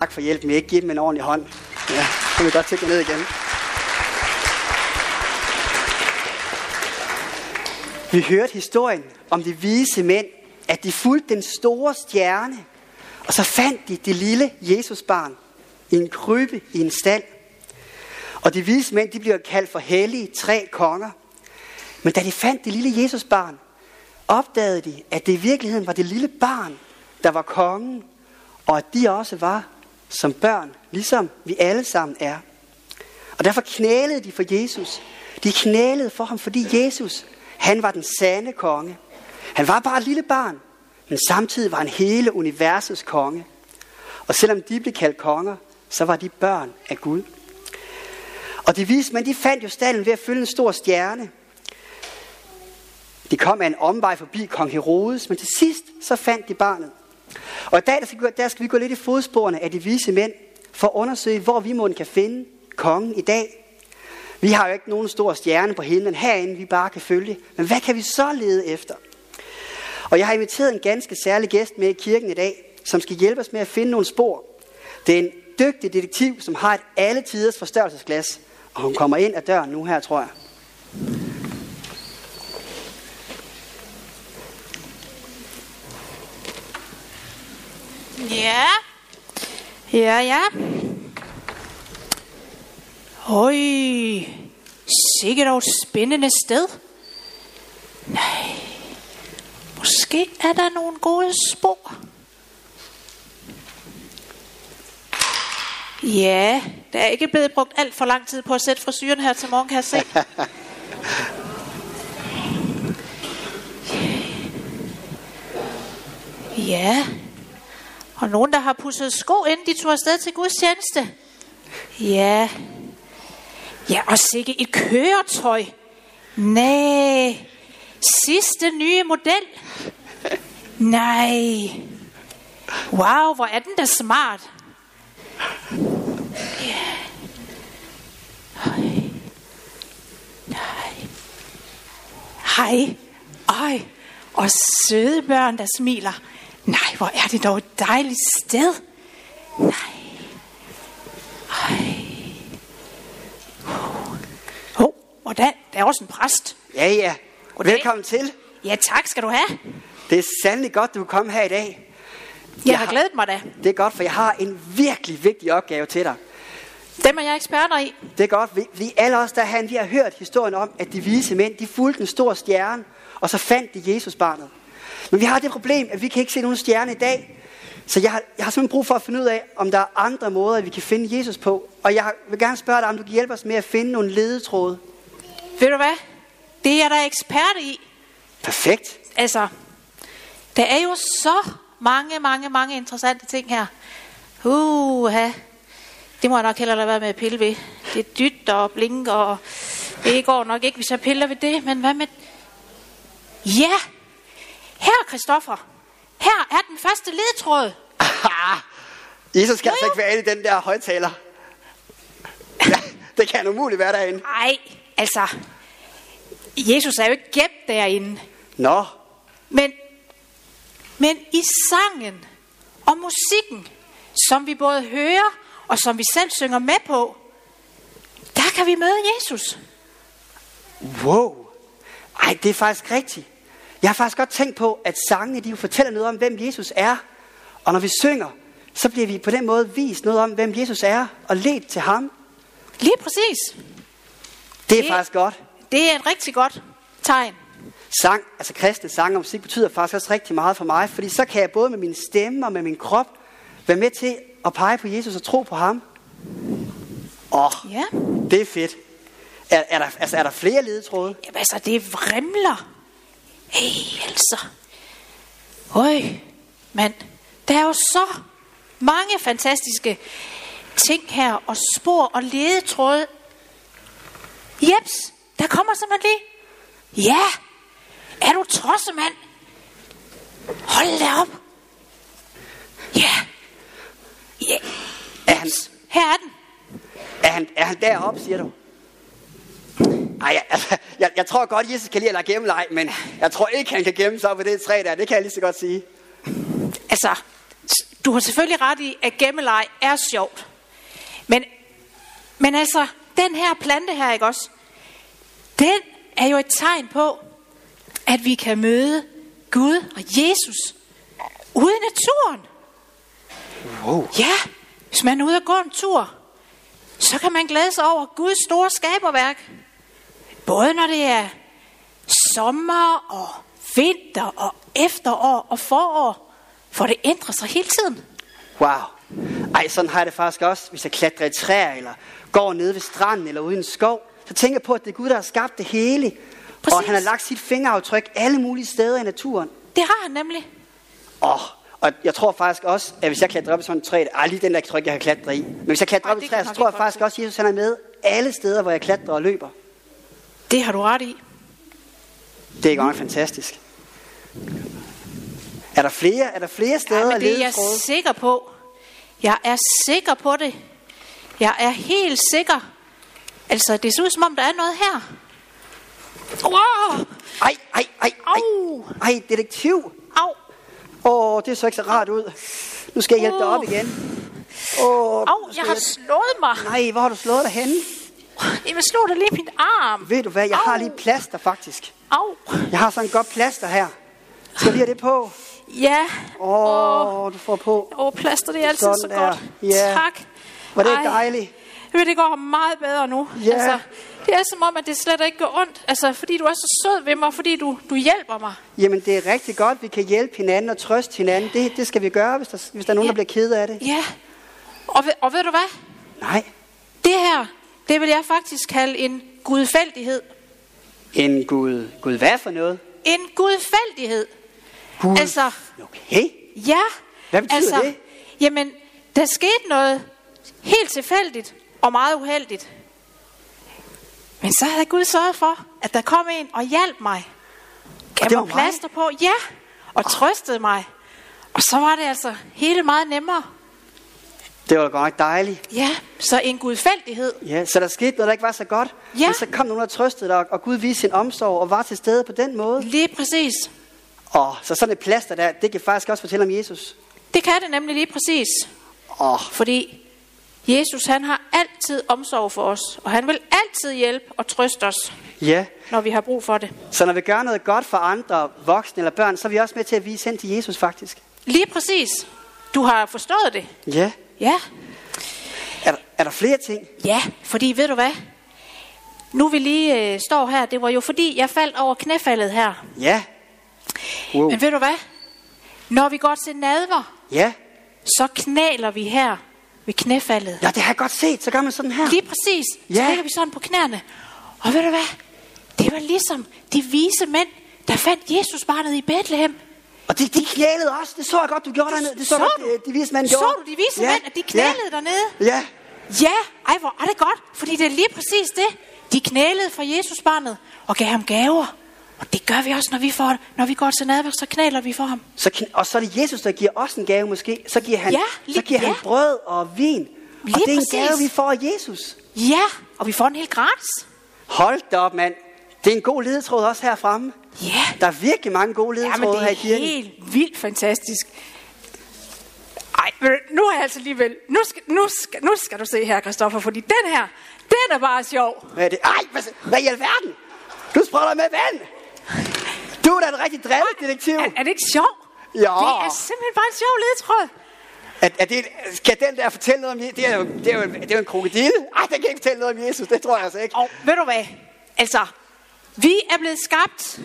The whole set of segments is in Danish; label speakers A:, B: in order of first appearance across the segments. A: Tak for hjælpen. Jeg ikke give dem en ordentlig hånd. Ja, så kan vi godt tække ned igen. Vi hørte historien om de vise mænd, at de fulgte den store stjerne, og så fandt de det lille Jesusbarn i en krybe i en stald. Og de vise mænd, de bliver kaldt for hellige tre konger. Men da de fandt det lille Jesusbarn, opdagede de, at det i virkeligheden var det lille barn, der var kongen, og at de også var som børn, ligesom vi alle sammen er. Og derfor knælede de for Jesus. De knælede for ham, fordi Jesus, han var den sande konge. Han var bare et lille barn, men samtidig var han hele universets konge. Og selvom de blev kaldt konger, så var de børn af Gud. Og de viste, men de fandt jo stallen ved at følge en stor stjerne. De kom af en omvej forbi kong Herodes, men til sidst så fandt de barnet. Og i dag der skal, vi, der skal vi gå lidt i fodsporene af de vise mænd, for at undersøge, hvor vi måden kan finde kongen i dag. Vi har jo ikke nogen stor stjerne på himlen herinde, vi bare kan følge. Men hvad kan vi så lede efter? Og jeg har inviteret en ganske særlig gæst med i kirken i dag, som skal hjælpe os med at finde nogle spor. Det er en dygtig detektiv, som har et alle tiders forstørrelsesglas. Og hun kommer ind ad døren nu her, tror jeg.
B: Ja. Ja, ja. Høj. Sikkert og et spændende sted. Nej. Måske er der nogle gode spor. Ja, der er ikke blevet brugt alt for lang tid på at sætte frisyren her til morgen, kan jeg se. Ja. Og nogen, der har pudset sko, inden de tog afsted til Guds tjeneste. Ja. Ja, og sikke et køretøj. Nej. Sidste nye model. Nej. Wow, hvor er den da smart. Hej. Øj. Og søde børn, der smiler. Nej, hvor er det dog et dejligt sted. Nej. Ej. Åh, oh, og der, der er også en præst.
A: Ja, ja.
B: Goddag.
A: Velkommen til.
B: Ja, tak skal du have.
A: Det er sandelig godt, du kom her i dag.
B: Jeg har glædet mig da.
A: Det er godt, for jeg har en virkelig vigtig opgave til dig.
B: Dem er jeg eksperter i.
A: Det er godt, vi- fordi alle os der han, vi har hørt historien om, at de vise mænd, de fulgte en stor stjerne, og så fandt de Jesusbarnet. Men vi har det problem, at vi kan ikke se nogen stjerne i dag. Så jeg har, jeg har simpelthen brug for at finde ud af, om der er andre måder, vi kan finde Jesus på. Og jeg har- vil gerne spørge dig, om du kan hjælpe os med at finde nogle ledetråde.
B: Ved du hvad? Det er jeg da ekspert i.
A: Perfekt.
B: Altså, der er jo så mange, mange, mange interessante ting her. Uha. Det må jeg nok hellere lade være med at pille ved. Det dyt og blink, og det går nok ikke, hvis jeg piller ved det. Men hvad med... Ja! Her, Christoffer. Her er den første ledtråd.
A: Jesus skal altså ikke være inde i den der højtaler. Ja, det kan umuligt være derinde.
B: Ej, altså... Jesus er jo ikke gemt derinde.
A: Nå,
B: Men, men i sangen og musikken, som vi både hører og som vi selv synger med på, der kan vi møde Jesus.
A: Wow. Ej, det er faktisk rigtigt. Jeg har faktisk godt tænkt på, at sangene de jo fortæller noget om, hvem Jesus er. Og når vi synger, så bliver vi på den måde vist noget om, hvem Jesus er, og ledt til ham.
B: Lige præcis.
A: Det er
B: Det-
A: faktisk godt.
B: Det er et rigtig godt tegn.
A: Sang, altså kristne sang og musik, betyder faktisk også rigtig meget for mig, fordi så kan jeg både med min stemme og med min krop være med til at pege på Jesus og tro på ham. Åh, oh,
B: Ja.
A: det er fedt. Er, er, der, altså, er der flere ledetråde?
B: Jamen altså, det vrimler. Hey, altså. Øj, mand. Der er jo så mange fantastiske ting her, og spor og ledetråde. Jeps, der kommer simpelthen lige. Ja, er du tosset, mand? Hold da op. Ja. Ja.
A: Er han,
B: Her er den.
A: Er han, er han deroppe, siger du? Ej, altså, jeg, jeg tror godt, Jesus kan lide at lege gemmeleg, men jeg tror ikke, han kan gemme sig på det træ der. Det kan jeg lige så godt sige.
B: Altså, s- du har selvfølgelig ret i, at gemmeleg er sjovt. Men, men altså, den her plante her, ikke også? Den er jo et tegn på, at vi kan møde Gud og Jesus ude i naturen.
A: Wow.
B: Ja, hvis man er ude og gå en tur, så kan man glæde sig over Guds store skaberværk. Både når det er sommer og vinter og efterår og forår, for det ændrer sig hele tiden.
A: Wow. Ej, sådan har jeg det faktisk også, hvis jeg klatrer i træer, eller går nede ved stranden, eller ude i en skov. Så tænker jeg på, at det er Gud, der har skabt det hele. Præcis. Og
B: Præcis.
A: han har lagt sit fingeraftryk alle mulige steder i naturen.
B: Det har han nemlig.
A: Åh, og jeg tror faktisk også, at hvis jeg klatrer op i sådan et træ, det er lige den der tryk, jeg har klatret i. Men hvis jeg klatrer
B: Ej,
A: op i
B: det
A: træer,
B: kan
A: så
B: nok
A: tror jeg
B: ikke godt
A: faktisk også, at Jesus han er med alle steder, hvor jeg klatrer og løber.
B: Det har du ret i.
A: Det er godt nok fantastisk. Er der flere, er der flere
B: Ja,
A: steder
B: men det er jeg
A: ledetråde?
B: sikker på. Jeg er sikker på det. Jeg er helt sikker. Altså, det ser ud som om, der er noget her. Wow!
A: Ej, ej, ej, ej.
B: Au!
A: Ej, detektiv.
B: Au!
A: Åh, det så ikke så rart ud. Nu skal jeg hjælpe dig op
B: Uh.
A: igen. Åh,
B: Au,
A: nu skal
B: jeg har slået mig.
A: Nej, hvor har du slået dig henne?
B: Jeg slog da lige min arm.
A: Ved du hvad, jeg har
B: Au.
A: lige plaster faktisk.
B: Au!
A: Jeg har sådan en godt plaster her. Skal vi have det på?
B: Ja.
A: Åh, oh, du får på.
B: Åh, plaster, det er altid så
A: Sådan der.
B: godt.
A: Ja.
B: Tak.
A: Var det
B: Ej.
A: ikke dejligt?
B: Ved, det går meget bedre nu. Altså,
A: Ja.
B: det er som om, at det slet ikke gør ondt. Altså, fordi du er så sød ved mig, fordi du, du hjælper mig.
A: Jamen, det er rigtig godt, vi kan hjælpe hinanden og trøste hinanden. Det, det skal vi gøre, hvis der, hvis der er nogen, der
B: Ja.
A: bliver ked af det.
B: Ja. Og, ved- og ved du hvad?
A: Nej.
B: Det her, det vil jeg faktisk kalde en gudfældighed.
A: En Gud. Gud, hvad for noget?
B: En gudfældighed.
A: Gud.
B: Altså,
A: Okay.
B: ja.
A: Hvad betyder
B: altså,
A: det?
B: Jamen, der skete noget helt tilfældigt og meget uheldigt. Men så havde Gud sørget for, at der kom en og hjalp mig.
A: det
B: Gav
A: var mig?
B: mig plaster på, ja, og trøstede mig. Og så var det altså hele meget nemmere.
A: Det var da godt nok dejligt.
B: Ja, så en gudfældighed.
A: Ja, så der skete noget, der ikke var så godt.
B: Ja.
A: Men så kom nogen, der trøstede dig, og- og Gud viste sin omsorg og var til stede på den måde.
B: Lige præcis.
A: Og så sådan et plaster der, det kan faktisk også fortælle om Jesus.
B: Det kan det nemlig lige præcis.
A: Åh,
B: Fordi Jesus han har altid omsorg for os, og han vil altid hjælpe og trøste os,
A: ja.
B: når vi har brug for det.
A: Så når vi gør noget godt for andre, voksne eller børn, så er vi også med til at vise hen til Jesus faktisk.
B: Lige præcis. Du har forstået det.
A: Ja.
B: Ja.
A: Er, der- er der flere ting?
B: Ja, fordi ved du hvad? Nu vi lige øh, står her, det var jo fordi, jeg faldt over knæfaldet her.
A: Ja. Wow.
B: Men ved du hvad? Når vi går til nadver,
A: Ja.
B: så knaler vi her ved knæfaldet.
A: Ja, det har jeg godt set. Så gør man sådan her.
B: Lige præcis. Så
A: Ja.
B: ligger vi sådan på knæerne. Og ved du hvad? Det var ligesom de vise mænd, der fandt Jesus barnet i Bethlehem.
A: Og de, de knælede også. Det så jeg godt, du gjorde dernede. Det så, jeg godt, øh, de vise mænd
B: så
A: gjorde.
B: du de vise mænd, at de knælede
A: ja.
B: dernede?
A: Ja.
B: Ja, ej hvor er det godt, fordi det er lige præcis det. De knælede for Jesus barnet og gav ham gaver. Og det gør vi også, når vi, får, når vi går til nadver, så knæler vi for ham.
A: Så, kn- og så er det Jesus, der giver os en gave måske. Så giver han,
B: Ja,
A: så
B: lige-
A: giver han
B: ja.
A: brød og vin. og
B: Lige
A: det er
B: præcis.
A: en gave, vi får af Jesus.
B: Ja, og vi får den helt gratis.
A: Hold da op, mand. Det er en god ledetråd også herfremme.
B: Ja.
A: Der er virkelig mange gode
B: Ja, men
A: ledetråde
B: det
A: her
B: er
A: i kirken.
B: helt vildt fantastisk. Ej, ved du, nu er jeg altså alligevel... Nu skal, nu skal, nu skal du se her, Kristoffer, fordi den her, den er bare sjov.
A: Hvad er det? Ej, hvad, så- hvad i alverden? Du sprøjter med vand. Du er da en rigtig drillet detektiv.
B: Er, er det ikke sjov?
A: Ja.
B: Det er simpelthen bare en sjov ledetråd.
A: Er, er det, en- skal den der fortælle noget om Jesus? Det er jo, det er jo, en- det er jo en krokodille. Ej, den kan ikke fortælle noget om Jesus. Det tror jeg altså ikke.
B: Og ved du hvad? Altså, vi er blevet skabt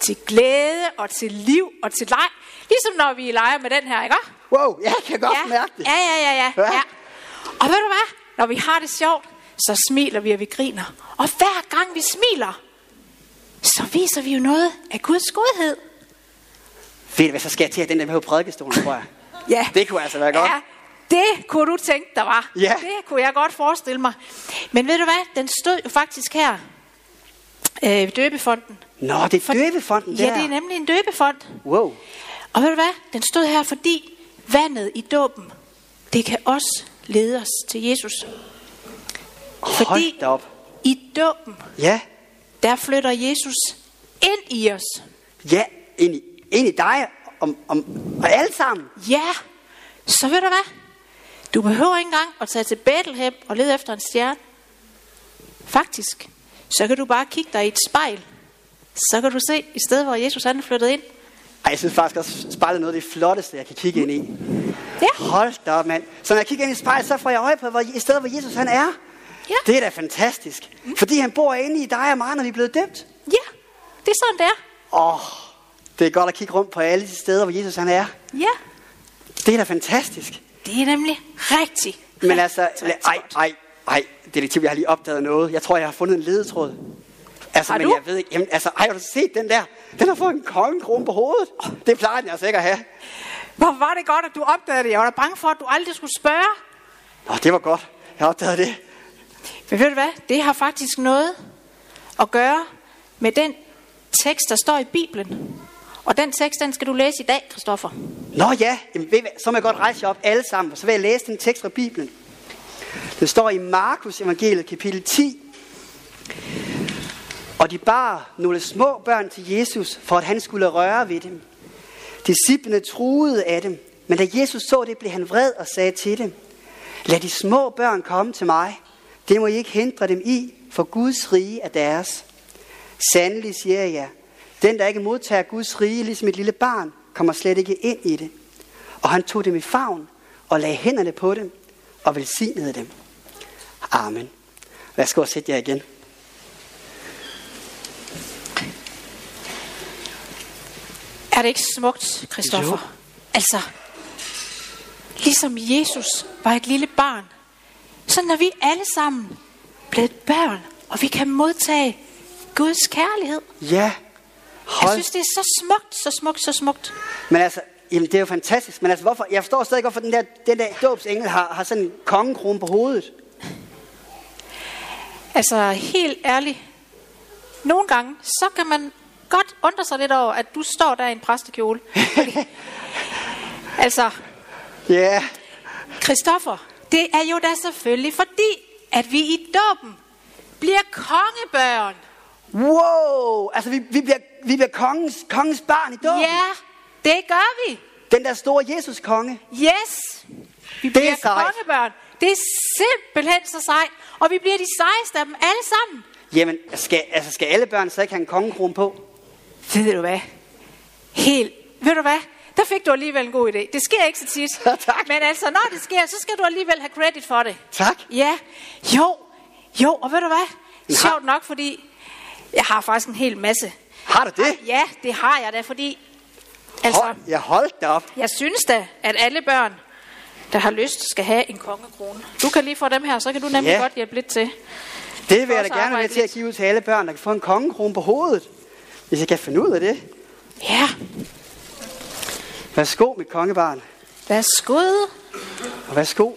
B: til glæde og til liv og til leg. Ligesom når vi leger med den her, ikke?
A: Wow, jeg kan godt mærke det.
B: ja, ja, ja, ja,
A: Hva?
B: ja. Og ved du hvad? Når vi har det sjovt, så smiler vi og vi griner. Og hver gang vi smiler, så viser vi jo noget af Guds godhed.
A: Ved du hvad, så skal jeg til at den der med på prædikestolen, tror jeg.
B: Ja.
A: Det kunne altså være godt.
B: Ja, det kunne du tænke, der var.
A: Ja.
B: Det kunne jeg godt forestille mig. Men ved du hvad? Den stod jo faktisk her. Øh, ved døbefonden.
A: Nå, det er døbefonden der.
B: Ja, det er nemlig en døbefond.
A: Wow.
B: Og ved du hvad? Den stod her, fordi vandet i dåben, det kan også lede os til Jesus.
A: Hold
B: Fordi
A: da op.
B: i dåben,
A: Ja.
B: der flytter Jesus ind i os.
A: Ja, ind i, ind i dig om, om, og alle sammen.
B: Ja, Så ved du hvad? Du behøver ikke engang at tage til Bethlehem og lede efter en stjerne. Faktisk, så kan du bare kigge dig i et spejl. Så kan du se, i stedet hvor Jesus han er flyttet ind.
A: Ej, jeg synes faktisk også, spejlet er noget af det flotteste, jeg kan kigge ind i.
B: Ja,
A: Hold da op, mand. Så når jeg kigger ind i spejlet, så får jeg øje på, hvor, i stedet hvor Jesus han er.
B: Ja. Mm.
A: Det er da fantastisk. Fordi han bor inde i dig og mig, når vi er blevet døbt.
B: ja, det er sådan det er.
A: Åh, det er godt at kigge rundt på alle de steder, hvor Jesus han er.
B: Ja,
A: Det er da fantastisk.
B: det er nemlig rigtig.
A: Men altså,
B: rigtig,
A: la-
B: rigtig
A: ej,
B: godt.
A: ej, ej, detektiv, jeg har lige opdaget noget. Jeg tror, jeg har fundet en ledetråd. Altså,
B: Har
A: men
B: du?
A: jeg ved ikke, jamen, altså, ej, har du set den der? Den har fået en kongekrone på hovedet. Det plejer den altså ikke at have.
B: Hvor var det godt, at du opdagede det. Jeg var da bange for, at du aldrig skulle spørge.
A: Nå, det var godt. Jeg har opdaget det.
B: Men ved du hvad? Det har faktisk noget at gøre med den tekst, der står i Bibelen. Og den tekst, den skal du læse i dag, Kristoffer.
A: Nå ja, jamen, ved I hvad, så må jeg godt rejse jer op alle sammen, og så vil jeg læse den tekst fra Bibelen. Den står i Markus evangeliet kapitel 10. Og de bar nogle små børn til Jesus, for at han skulle røre ved dem. Disciplene truede af dem, men da Jesus så det, blev han vred og sagde til dem, Lad de små børn komme til mig. Det må I ikke hindre dem i, for Guds rige er deres. Sandelig siger jeg jer, den der ikke modtager Guds rige ligesom et lille barn, kommer slet ikke ind i det. Og han tog dem i favn og lagde hænderne på dem og velsignede dem. Amen. Værsgo og sæt jer igen.
B: Er det ikke smukt, Kristoffer?
A: Jo.
B: Altså, ligesom Jesus var et lille barn, så når vi alle sammen blevet børn, og vi kan modtage Guds kærlighed.
A: Ja.
B: Jeg
A: Hold.
B: synes, det er så smukt, så smukt, så smukt.
A: Men altså, jamen, det er jo fantastisk. Men altså, hvorfor? Jeg forstår stadig ikke, hvorfor den der, den der dåbsengel har, har sådan en kongekrone på hovedet.
B: Altså helt ærligt, nogle gange, så kan man godt undre sig lidt over, at du står der i en præstekjole. altså,
A: Ja. Yeah.
B: Kristoffer, det er jo da selvfølgelig fordi, at vi i dåben bliver kongebørn.
A: Wow. Altså, vi, vi, bliver, vi bliver kongens, kongens barn i dåben.
B: Ja, det gør vi.
A: Den der store Jesus-konge.
B: Yes, vi
A: Det er
B: bliver
A: sejt.
B: kongebørn. Det er simpelthen så sejt. Og vi bliver de sejeste af dem alle sammen.
A: Jamen, skal, altså, skal alle børn så ikke have en kongekrone på?
B: Ved du hvad? Helt. Ved du hvad? Der fik du alligevel en god idé. Det sker ikke så tit.
A: Tak.
B: Men altså, når det sker, så skal du alligevel have credit for det.
A: Tak.
B: Ja. Jo. Jo, og ved du hvad?
A: Ja.
B: Sjovt nok, fordi jeg har faktisk en hel masse.
A: Har du det?
B: Ja, det har jeg da, fordi... Altså,
A: Hold, ja, hold da op.
B: jeg synes da, at alle børn, der har lyst, skal have en kongekrone. Du kan lige få dem her, så kan du nemlig
A: Ja.
B: godt hjælpe lidt til.
A: Det vil jeg
B: Også
A: da gerne være med
B: arbejde
A: til at
B: lidt.
A: give ud til alle børn, der kan få en kongekrone på hovedet. Hvis jeg kan finde ud af det.
B: Ja,
A: Værsgo, mit kongebarn.
B: værsgo.
A: Og værsgo.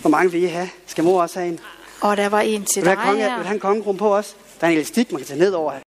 A: Hvor mange vil I have? Skal mor også have en?
B: Og der var en til
A: Vil du
B: dig
A: have, konge, vil
B: her.
A: du have en kongekrone på os? Der er en elastik, man kan tage ned over.